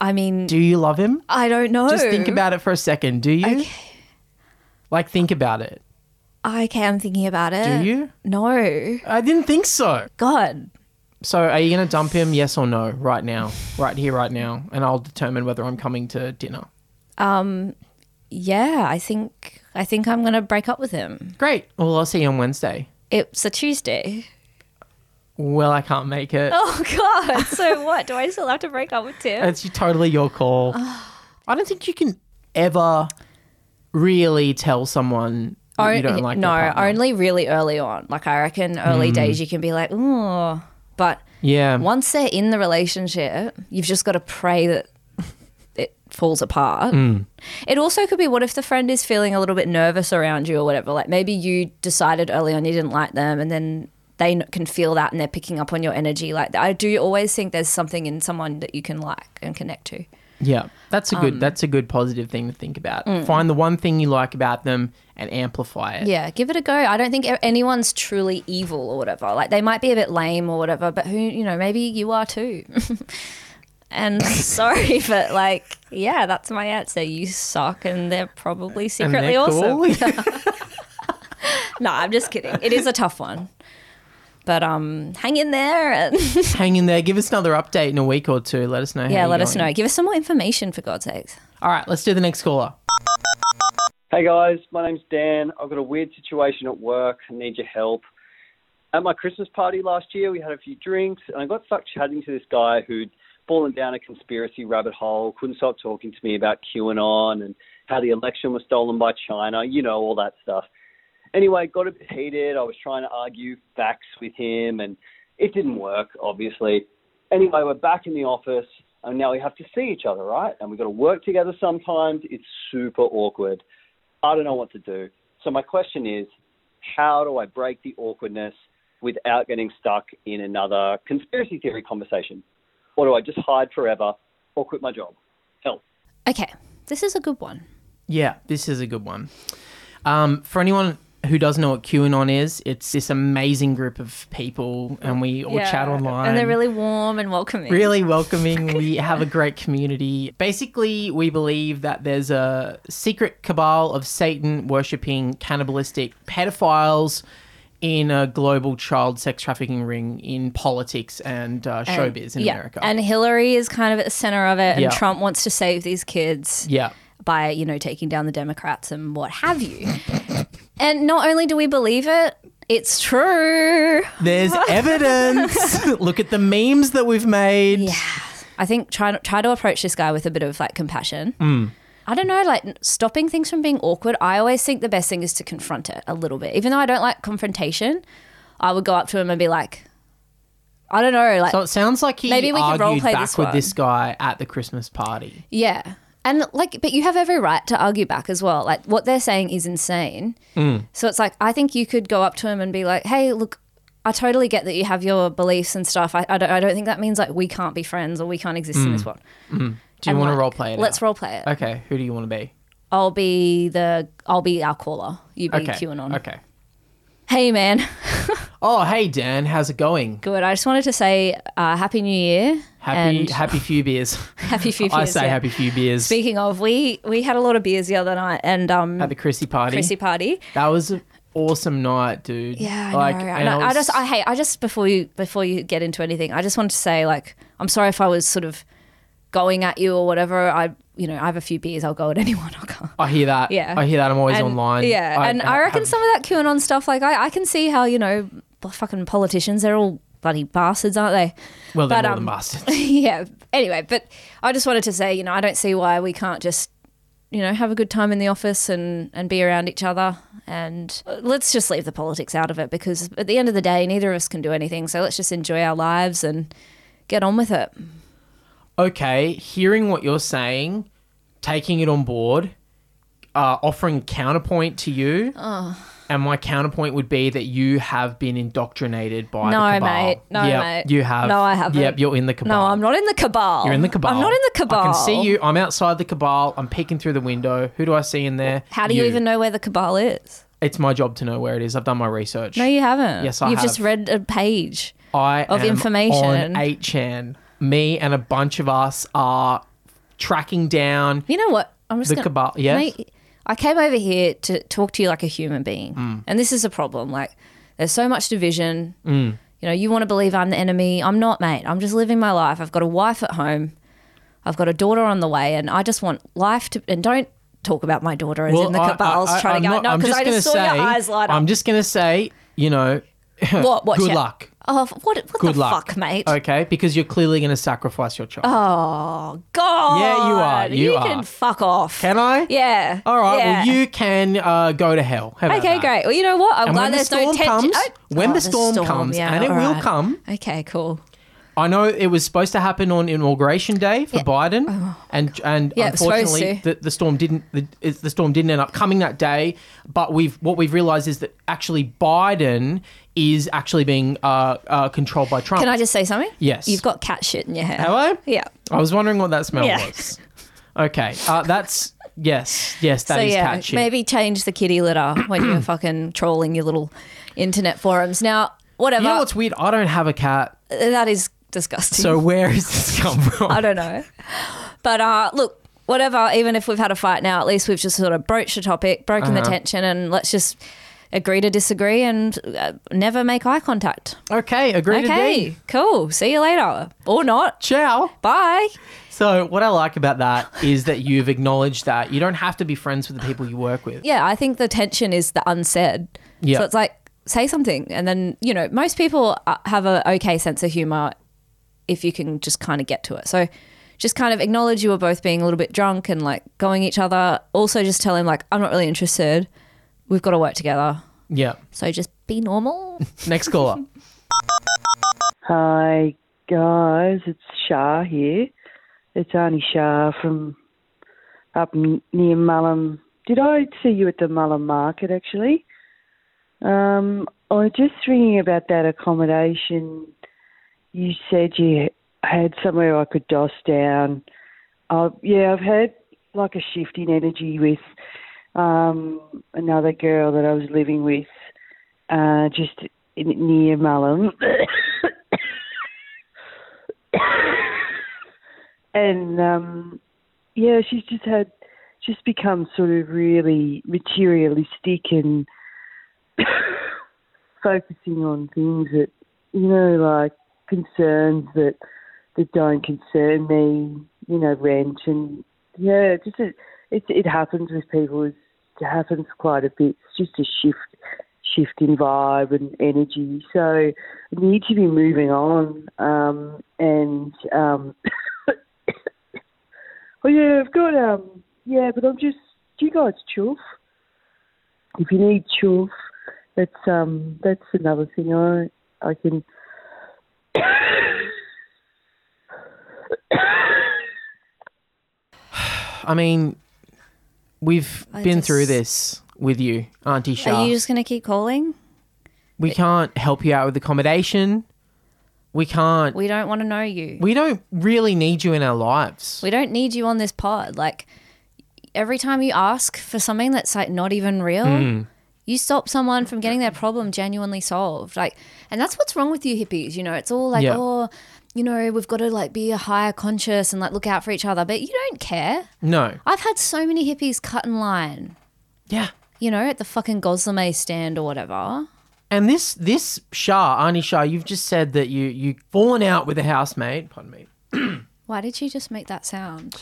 [SPEAKER 2] I mean,
[SPEAKER 1] Do you love him?
[SPEAKER 2] I don't know.
[SPEAKER 1] Just think about it for a second. Do you? Like think about it.
[SPEAKER 2] Okay, I'm thinking about it.
[SPEAKER 1] Do you?
[SPEAKER 2] No,
[SPEAKER 1] I didn't think so.
[SPEAKER 2] God.
[SPEAKER 1] So are you gonna dump him? Yes or no? Right now, right here, right now, and I'll determine whether I'm coming to dinner.
[SPEAKER 2] Um, Yeah, I think I think I'm gonna break up with him.
[SPEAKER 1] Great. Well, I'll see you on Wednesday.
[SPEAKER 2] It's a Tuesday.
[SPEAKER 1] Well, I can't make it.
[SPEAKER 2] Oh God. So what? Do I still have to break up with Tim?
[SPEAKER 1] It's totally your call. I don't think you can ever really tell someone that you don't
[SPEAKER 2] yeah,
[SPEAKER 1] like
[SPEAKER 2] no,
[SPEAKER 1] their partner. Hmm.
[SPEAKER 2] only really early on. Like I reckon early days you can be like, oh, but
[SPEAKER 1] yeah.
[SPEAKER 2] once they're in the relationship, you've just got to pray that it falls apart.
[SPEAKER 1] Hmm.
[SPEAKER 2] It also could be what if the friend is feeling a little bit nervous around you or whatever? Like maybe you decided early on you didn't like them and then they n- can feel that and they're picking up on your energy. Like I do always think there's something in someone that you can like and connect to.
[SPEAKER 1] yeah, that's a
[SPEAKER 2] Um,
[SPEAKER 1] good that's a good positive thing to think about. Find the one thing you like about them and amplify it.
[SPEAKER 2] mm. Yeah, give it a go. I don't think anyone's truly evil or whatever. Like they might be a bit lame or whatever, but who you know, maybe you are too. and sorry, but like, yeah, that's my answer. You suck, and they're probably
[SPEAKER 1] And they're
[SPEAKER 2] secretly awesome.
[SPEAKER 1] cool.
[SPEAKER 2] No, I'm just kidding. It is a tough one. But um, hang in there and
[SPEAKER 1] Hang in there. Give us another update in a week or two. Let us know. how
[SPEAKER 2] yeah,
[SPEAKER 1] you're
[SPEAKER 2] let us
[SPEAKER 1] going.
[SPEAKER 2] know. Give us some more information for God's sakes.
[SPEAKER 1] All right, let's do the next caller.
[SPEAKER 5] Hey guys, my name's Dan. I've got a weird situation at work. I need your help. At my Christmas party last year, we had a few drinks, and I got stuck chatting to this guy who'd fallen down a conspiracy rabbit hole, couldn't stop talking to me about QAnon and how the election was stolen by China, you know, all that stuff. Anyway, got a bit heated. I was trying to argue facts with him, and it didn't work, obviously. Anyway, we're back in the office, and now we have to see each other, right? And we've got to work together sometimes. It's super awkward. I don't know what to do. So my question is, how do I break the awkwardness without getting stuck in another conspiracy theory conversation? Or do I just hide forever or quit my job? Help.
[SPEAKER 2] Okay, this is a good one.
[SPEAKER 1] Yeah, this is a good one. Um, for anyone who doesn't know what QAnon is, it's this amazing group of people, and we all chat online.
[SPEAKER 2] and they're really warm and welcoming.
[SPEAKER 1] really welcoming. we have a great community. Basically, we believe that there's a secret cabal of Satan worshipping cannibalistic pedophiles in a global child sex trafficking ring in politics and uh, showbiz in
[SPEAKER 2] yeah.
[SPEAKER 1] America.
[SPEAKER 2] And Hillary is kind of at the center of it, and
[SPEAKER 1] Yeah.
[SPEAKER 2] Trump wants to save these kids.
[SPEAKER 1] yeah.
[SPEAKER 2] by you know taking down the democrats and what have you and not only do we believe it it's true
[SPEAKER 1] There's evidence. Look at the memes that we've made. Yeah.
[SPEAKER 2] i think try try to approach this guy with a bit of like compassion i don't know like n- stopping things from being awkward i always think the best thing is to confront it a little bit even though i don't like confrontation i would go up to him and be like i don't know like
[SPEAKER 1] So it sounds like he
[SPEAKER 2] Maybe we can
[SPEAKER 1] argued
[SPEAKER 2] role-play
[SPEAKER 1] back
[SPEAKER 2] this
[SPEAKER 1] with
[SPEAKER 2] one.
[SPEAKER 1] this guy at the Christmas party.
[SPEAKER 2] Yeah. And like, but you have every right to argue back as well. Like, what they're saying is insane.
[SPEAKER 1] Hmm.
[SPEAKER 2] So it's like, I think you could go up to him and be like, hey, look, I totally get that you have your beliefs and stuff. I, I, don't, I don't think that means like we can't be friends or we can't exist in this world.
[SPEAKER 1] Hmm. Do you
[SPEAKER 2] And,
[SPEAKER 1] want
[SPEAKER 2] like,
[SPEAKER 1] to role play it?
[SPEAKER 2] Let's
[SPEAKER 1] out?
[SPEAKER 2] role play it.
[SPEAKER 1] Okay, who do you want to be?
[SPEAKER 2] I'll be the, I'll be our caller. You be
[SPEAKER 1] Okay.
[SPEAKER 2] QAnon.
[SPEAKER 1] Okay.
[SPEAKER 2] Hey, man.
[SPEAKER 1] Oh, hey Dan, how's it going?
[SPEAKER 2] Good. I just wanted to say uh, Happy New Year.
[SPEAKER 1] Happy
[SPEAKER 2] and
[SPEAKER 1] happy few beers.
[SPEAKER 2] happy few
[SPEAKER 1] I
[SPEAKER 2] years,
[SPEAKER 1] say
[SPEAKER 2] yeah.
[SPEAKER 1] happy few beers
[SPEAKER 2] Speaking of, we we had a lot of beers the other night and um,
[SPEAKER 1] at the Chrissy party.
[SPEAKER 2] Chrissy party.
[SPEAKER 1] That was an awesome night, dude.
[SPEAKER 2] Yeah, I
[SPEAKER 1] like
[SPEAKER 2] know. I,
[SPEAKER 1] and
[SPEAKER 2] know. I
[SPEAKER 1] was-
[SPEAKER 2] just, I hate. I just before you, before you get into anything, I just wanted to say, like, I'm sorry if I was sort of going at you or whatever. I, you know, I have a few beers. I'll go at anyone. I'll go.
[SPEAKER 1] I hear that.
[SPEAKER 2] Yeah.
[SPEAKER 1] I hear that. I'm always
[SPEAKER 2] And-
[SPEAKER 1] online.
[SPEAKER 2] Yeah, and I, reckon
[SPEAKER 1] have-
[SPEAKER 2] some of that QAnon stuff, like, I, I can see how you know, b- fucking politicians, they're all bloody bastards, aren't they?
[SPEAKER 1] Well, they're
[SPEAKER 2] but,
[SPEAKER 1] more
[SPEAKER 2] um,
[SPEAKER 1] than bastards.
[SPEAKER 2] yeah. Anyway, but I just wanted to say, you know, I don't see why we can't just. You know, have a good time in the office and, and be around each other. And uh, let's just leave the politics out of it because at the end of the day, neither of us can do anything. So let's just enjoy our lives and get on with it.
[SPEAKER 1] Okay, hearing what you're saying, taking it on board, uh, offering counterpoint to you. And my counterpoint would be that you have been indoctrinated by
[SPEAKER 2] No,
[SPEAKER 1] the cabal.
[SPEAKER 2] mate. No,
[SPEAKER 1] Yep,
[SPEAKER 2] mate.
[SPEAKER 1] You have.
[SPEAKER 2] No, I haven't.
[SPEAKER 1] Yep, you're in the cabal.
[SPEAKER 2] No, I'm not in the cabal.
[SPEAKER 1] You're in the cabal.
[SPEAKER 2] I'm not in the cabal.
[SPEAKER 1] I can see you. I'm outside the cabal. I'm peeking through the window. Who do I see in there?
[SPEAKER 2] How do you, even know where the cabal is?
[SPEAKER 1] It's my job to know where it is. I've done my research.
[SPEAKER 2] No, you haven't.
[SPEAKER 1] Yes, I
[SPEAKER 2] You've just
[SPEAKER 1] have.
[SPEAKER 2] read a page.
[SPEAKER 1] I
[SPEAKER 2] of
[SPEAKER 1] am
[SPEAKER 2] information.
[SPEAKER 1] on 8chan. Me and a bunch of us are tracking down.
[SPEAKER 2] You know what? I'm just
[SPEAKER 1] The
[SPEAKER 2] gonna,
[SPEAKER 1] cabal- yes?
[SPEAKER 2] Mate, I came over here to talk to you like a human being,
[SPEAKER 1] Mm.
[SPEAKER 2] and this is a problem. Like, there's so much division.
[SPEAKER 1] Mm.
[SPEAKER 2] You know, you want to believe I'm the enemy. I'm not, mate. I'm just living my life. I've got a wife at home. I've got a daughter on the way, and I just want life to. And don't talk about my daughter as
[SPEAKER 1] Well,
[SPEAKER 2] in the
[SPEAKER 1] I-
[SPEAKER 2] cabals
[SPEAKER 1] I- I-
[SPEAKER 2] trying
[SPEAKER 1] I'm
[SPEAKER 2] to go.
[SPEAKER 1] not-
[SPEAKER 2] No,
[SPEAKER 1] I'm
[SPEAKER 2] because I
[SPEAKER 1] gonna
[SPEAKER 2] just saw
[SPEAKER 1] say-
[SPEAKER 2] your eyes light up.
[SPEAKER 1] I'm just going to say, you know,
[SPEAKER 2] what? What?
[SPEAKER 1] good
[SPEAKER 2] yeah.
[SPEAKER 1] luck.
[SPEAKER 2] Oh, f- what? What
[SPEAKER 1] Good
[SPEAKER 2] the
[SPEAKER 1] luck.
[SPEAKER 2] fuck, mate? Oh.
[SPEAKER 1] Okay, because you're clearly going to sacrifice your child.
[SPEAKER 2] God.
[SPEAKER 1] Yeah, you are. You are.
[SPEAKER 2] can fuck off.
[SPEAKER 1] Can I?
[SPEAKER 2] Yeah.
[SPEAKER 1] All right.
[SPEAKER 2] Yeah.
[SPEAKER 1] Well, you can uh, go to hell. How about
[SPEAKER 2] Okay,
[SPEAKER 1] that?
[SPEAKER 2] great. Well, you know what? I'm
[SPEAKER 1] And
[SPEAKER 2] glad
[SPEAKER 1] when the
[SPEAKER 2] there's no
[SPEAKER 1] storm
[SPEAKER 2] tension.
[SPEAKER 1] comes-
[SPEAKER 2] Oh,
[SPEAKER 1] when
[SPEAKER 2] oh,
[SPEAKER 1] the storm comes, and it will
[SPEAKER 2] all
[SPEAKER 1] come.
[SPEAKER 2] Okay, cool.
[SPEAKER 1] I know it was supposed to happen on inauguration day for Biden, and and
[SPEAKER 2] Oh. Yeah, it was supposed
[SPEAKER 1] unfortunately
[SPEAKER 2] to.
[SPEAKER 1] the, the storm didn't the, is- the storm didn't end up coming that day. But we've what we've realized is that actually Biden is actually being uh, uh, controlled by Trump.
[SPEAKER 2] Can I just say something?
[SPEAKER 1] Yes.
[SPEAKER 2] You've got cat shit in your hair.
[SPEAKER 1] Hello.
[SPEAKER 2] Yeah.
[SPEAKER 1] I was wondering what that smell
[SPEAKER 2] Yeah.
[SPEAKER 1] was. Okay, uh, that's yes, yes, that
[SPEAKER 2] so
[SPEAKER 1] is
[SPEAKER 2] yeah,
[SPEAKER 1] catchy.
[SPEAKER 2] maybe change the kitty litter when you're fucking trolling your little internet forums. Now, whatever.
[SPEAKER 1] You know what's weird? I don't have a cat,
[SPEAKER 2] that is disgusting.
[SPEAKER 1] so where has this come from?
[SPEAKER 2] I don't know. But uh, look,
[SPEAKER 1] Uh-huh.
[SPEAKER 2] whatever, even if we've had a fight now, at least we've just sort of broached the topic, broken the tension, and let's just agree to disagree and uh, never make eye contact.
[SPEAKER 1] Okay, agree to
[SPEAKER 2] Okay,
[SPEAKER 1] D.
[SPEAKER 2] cool. See you later. Or not.
[SPEAKER 1] Ciao.
[SPEAKER 2] Bye.
[SPEAKER 1] So what I like about that is that you've acknowledged that you don't have to be friends with the people you work with.
[SPEAKER 2] Yeah, I think the tension is the unsaid.
[SPEAKER 1] Yeah.
[SPEAKER 2] So it's like, say something. And then, you know, most people uh, have a okay sense of humor if you can just kind of get to it. So just kind of acknowledge you were both being a little bit drunk and like going each other. Also, just tell him, like, I'm not really interested. We've got to work together.
[SPEAKER 1] Yeah.
[SPEAKER 2] So just be normal.
[SPEAKER 1] Next caller.
[SPEAKER 6] Hi guys, it's Shah here. It's Arnie Shah from up n- near Mullen. Did I see you at the Mullen Market actually? Um, I was just ringing about that accommodation. You said you had somewhere I could doss down. Uh, yeah, I've had like a shift in energy with um, another girl that I was living with, uh, just in, near Mullen. and um yeah she's just had just become sort of really materialistic and focusing on things that you know like concerns that that don't concern me you know rent and yeah just it it, it happens with people it's, it happens quite a bit it's just a shift shift in vibe and energy so I need to be moving on um and um Oh yeah, I've got um yeah, but I'm just do you guys chuff? If you need chuff, that's um that's another thing I I can
[SPEAKER 1] I mean, we've
[SPEAKER 2] I
[SPEAKER 1] been
[SPEAKER 2] just-
[SPEAKER 1] through this with you, Auntie Shah.
[SPEAKER 2] Are you just going to keep calling?
[SPEAKER 1] we can't help you out with accommodation. We can't.
[SPEAKER 2] We don't want to know you.
[SPEAKER 1] We don't really need you in our lives.
[SPEAKER 2] We don't need you on this pod. Like every time you ask for something that's like not even real,
[SPEAKER 1] Mm.
[SPEAKER 2] you stop someone from getting their problem genuinely solved. Like, and that's what's wrong with you hippies. You know, it's all like,
[SPEAKER 1] Yeah.
[SPEAKER 2] oh, you know, we've got to like be a higher conscious and like look out for each other. But you don't care.
[SPEAKER 1] no.
[SPEAKER 2] I've had so many hippies cut in line.
[SPEAKER 1] Yeah.
[SPEAKER 2] You know, at the fucking Goslame stand or whatever.
[SPEAKER 1] And this this Shah, Arnie Shah, you've just said that you you've fallen out with a housemate. Pardon me.
[SPEAKER 2] Why did you just make that sound?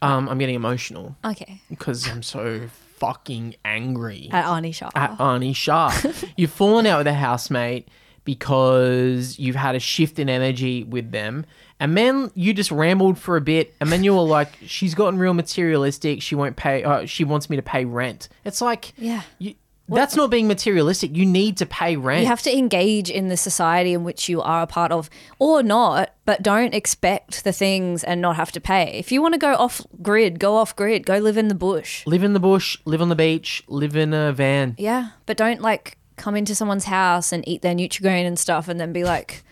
[SPEAKER 1] Um, I'm getting emotional
[SPEAKER 2] Okay.
[SPEAKER 1] because I'm so fucking angry
[SPEAKER 2] At Arnie Shah.
[SPEAKER 1] at Arnie Shah. you've fallen out with a housemate because you've had a shift in energy with them. And then you just rambled for a bit, and then you were like, "She's gotten real materialistic. She won't pay. Uh, she wants me to pay rent." It's like,
[SPEAKER 2] Yeah.
[SPEAKER 1] you, that's not being materialistic. You need to pay rent.
[SPEAKER 2] You have to engage in the society in which you are a part of or not, but don't expect the things and not have to pay. If you want to go off grid, go off grid, go live in the bush.
[SPEAKER 1] live in the bush, live on the beach, live in a van.
[SPEAKER 2] Yeah. But don't like come into someone's house and eat their Nutrigrain and stuff and then be like,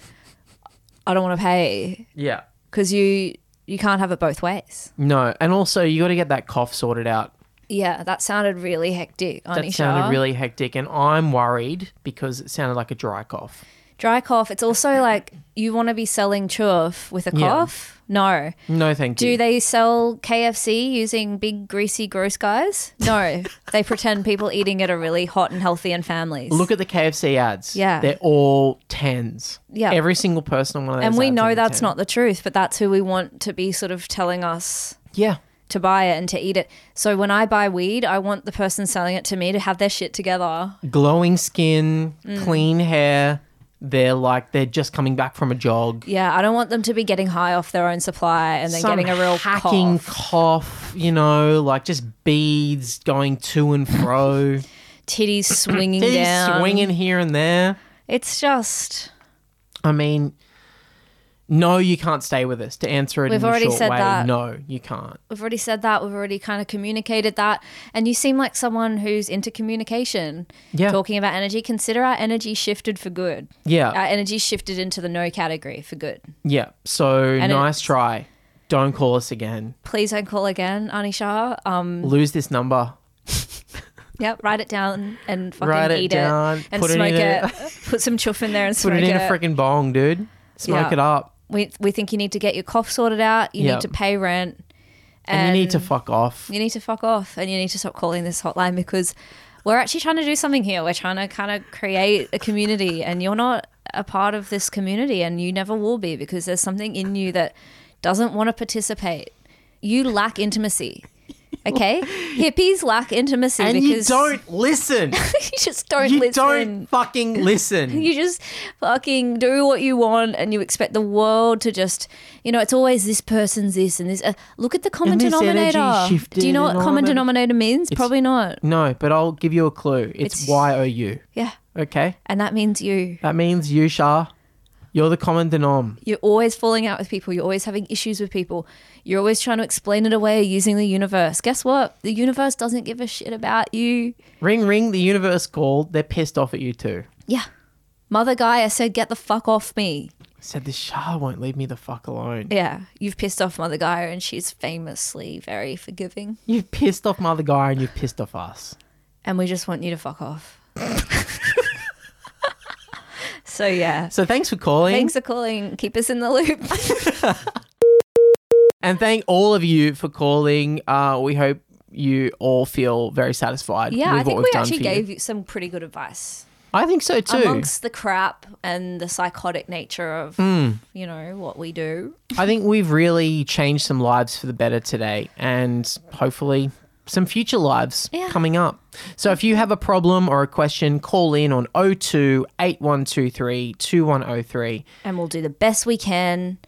[SPEAKER 2] I don't want to pay
[SPEAKER 1] Yeah.
[SPEAKER 2] because you, you can't have it both ways.
[SPEAKER 1] No, and also you got to get that cough sorted out.
[SPEAKER 2] Yeah. That sounded really hectic,
[SPEAKER 1] That
[SPEAKER 2] Anisha.
[SPEAKER 1] sounded really hectic, and I'm worried because it sounded like a dry cough.
[SPEAKER 2] Dry cough. It's also like you want to be selling chuff with a cough? No.
[SPEAKER 1] No, thank
[SPEAKER 2] Do
[SPEAKER 1] you.
[SPEAKER 2] they sell KFC using big, greasy, gross guys? No. they pretend people eating it are really hot and healthy and families.
[SPEAKER 1] Look at the KFC ads.
[SPEAKER 2] Yeah.
[SPEAKER 1] they're all tens.
[SPEAKER 2] Yeah.
[SPEAKER 1] every single person on one of those.
[SPEAKER 2] and we
[SPEAKER 1] ads is
[SPEAKER 2] know
[SPEAKER 1] a
[SPEAKER 2] that's
[SPEAKER 1] 10.
[SPEAKER 2] not the truth, but that's who we want to be sort of telling us
[SPEAKER 1] Yeah,
[SPEAKER 2] to buy it and to eat it. So when I buy weed, I want the person selling it to me to have their shit together.
[SPEAKER 1] glowing skin,
[SPEAKER 2] Mm.
[SPEAKER 1] clean hair. They're like they're just coming back from a jog.
[SPEAKER 2] Yeah, I don't want them to be getting high off their own supply and then
[SPEAKER 1] Some
[SPEAKER 2] getting a real
[SPEAKER 1] hacking
[SPEAKER 2] cough.
[SPEAKER 1] cough, you know, like just beads going to and fro,
[SPEAKER 2] titties swinging
[SPEAKER 1] These
[SPEAKER 2] down.
[SPEAKER 1] swinging here and there.
[SPEAKER 2] It's just
[SPEAKER 1] I mean, no, you can't stay with us. To answer it
[SPEAKER 2] We've
[SPEAKER 1] in the
[SPEAKER 2] already
[SPEAKER 1] short
[SPEAKER 2] said
[SPEAKER 1] way,
[SPEAKER 2] that.
[SPEAKER 1] no, you can't.
[SPEAKER 2] we've already said that. We've already kind of communicated that. And you seem like someone who's into communication.
[SPEAKER 1] Yeah.
[SPEAKER 2] Talking about energy, consider our energy shifted for good.
[SPEAKER 1] Yeah,
[SPEAKER 2] Our energy shifted into the no category for good.
[SPEAKER 1] yeah. So nice
[SPEAKER 2] it's-
[SPEAKER 1] try. Don't call us again.
[SPEAKER 2] Please don't call again, Anisha. Um,
[SPEAKER 1] Lose this number.
[SPEAKER 2] yep, write it down and fucking
[SPEAKER 1] Write it
[SPEAKER 2] eat
[SPEAKER 1] down,
[SPEAKER 2] it and
[SPEAKER 1] put it in
[SPEAKER 2] smoke
[SPEAKER 1] a-
[SPEAKER 2] it. put some chuff in there and
[SPEAKER 1] Put
[SPEAKER 2] smoke
[SPEAKER 1] it in a
[SPEAKER 2] it.
[SPEAKER 1] freaking bong, dude. Smoke
[SPEAKER 2] Yeah.
[SPEAKER 1] it up.
[SPEAKER 2] we, we think you need to get your cough sorted out. You
[SPEAKER 1] Yeah.
[SPEAKER 2] need to pay rent.
[SPEAKER 1] And, you need to fuck off.
[SPEAKER 2] you need to fuck off and you need to stop calling this hotline because we're actually trying to do something here. We're trying to kind of create a community, and you're not a part of this community, and you never will be because there's something in you that doesn't want to participate. You lack intimacy. Okay, hippies lack intimacy
[SPEAKER 1] And you
[SPEAKER 2] because
[SPEAKER 1] don't listen.
[SPEAKER 2] you just don't
[SPEAKER 1] you
[SPEAKER 2] listen.
[SPEAKER 1] don't fucking listen.
[SPEAKER 2] You just fucking do what you want and you expect the world to just, you know, it's always this person's this and this. Uh, look at the common
[SPEAKER 1] And this energy
[SPEAKER 2] denominator.
[SPEAKER 1] shifted
[SPEAKER 2] Do you know what
[SPEAKER 1] and all
[SPEAKER 2] common
[SPEAKER 1] that.
[SPEAKER 2] denominator means? Probably not.
[SPEAKER 1] no, but I'll give you a clue. It's
[SPEAKER 2] It's-
[SPEAKER 1] Y O U.
[SPEAKER 2] Yeah.
[SPEAKER 1] Okay,
[SPEAKER 2] And that means you.
[SPEAKER 1] that means you, Shah. You're the common denom.
[SPEAKER 2] You're always falling out with people. You're always having issues with people. You're always trying to explain it away using the universe. Guess what? The universe doesn't give a shit about you.
[SPEAKER 1] Ring, ring. The universe called. They're pissed off at you too.
[SPEAKER 2] Yeah. Mother Gaia said, get the fuck off me.
[SPEAKER 1] Said this Shah won't leave me the fuck alone.
[SPEAKER 2] Yeah. You've pissed off Mother Gaia and she's famously very forgiving.
[SPEAKER 1] You've pissed off Mother Guy and you've pissed off us.
[SPEAKER 2] and we just want you to fuck off. so yeah.
[SPEAKER 1] So thanks for calling.
[SPEAKER 2] Thanks for calling. Keep us in the loop.
[SPEAKER 1] And thank all of you for calling. Uh, we hope you all feel very satisfied
[SPEAKER 2] yeah,
[SPEAKER 1] with
[SPEAKER 2] I think
[SPEAKER 1] what
[SPEAKER 2] we
[SPEAKER 1] we've done
[SPEAKER 2] actually
[SPEAKER 1] for
[SPEAKER 2] gave
[SPEAKER 1] you.
[SPEAKER 2] you some pretty good advice
[SPEAKER 1] I think so too.
[SPEAKER 2] amongst the crap and the psychotic nature of
[SPEAKER 1] Hmm.
[SPEAKER 2] you know what we do.
[SPEAKER 1] I think we've really changed some lives for the better today and hopefully some future lives
[SPEAKER 2] Yeah.
[SPEAKER 1] coming up. So if you have a problem or a question, call in on 02 8123 2103
[SPEAKER 2] And we'll do the best we can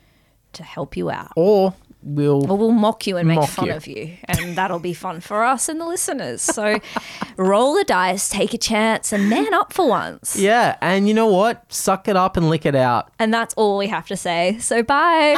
[SPEAKER 2] to help you out.
[SPEAKER 1] or we'll
[SPEAKER 2] Well, we'll mock you and make
[SPEAKER 1] Mock
[SPEAKER 2] fun
[SPEAKER 1] you.
[SPEAKER 2] of you, and that'll be fun for us and the listeners. So, roll the dice, take a chance, and man up for once.
[SPEAKER 1] Yeah, and you know what? Suck it up and lick it out.
[SPEAKER 2] And that's all we have to say. So, bye.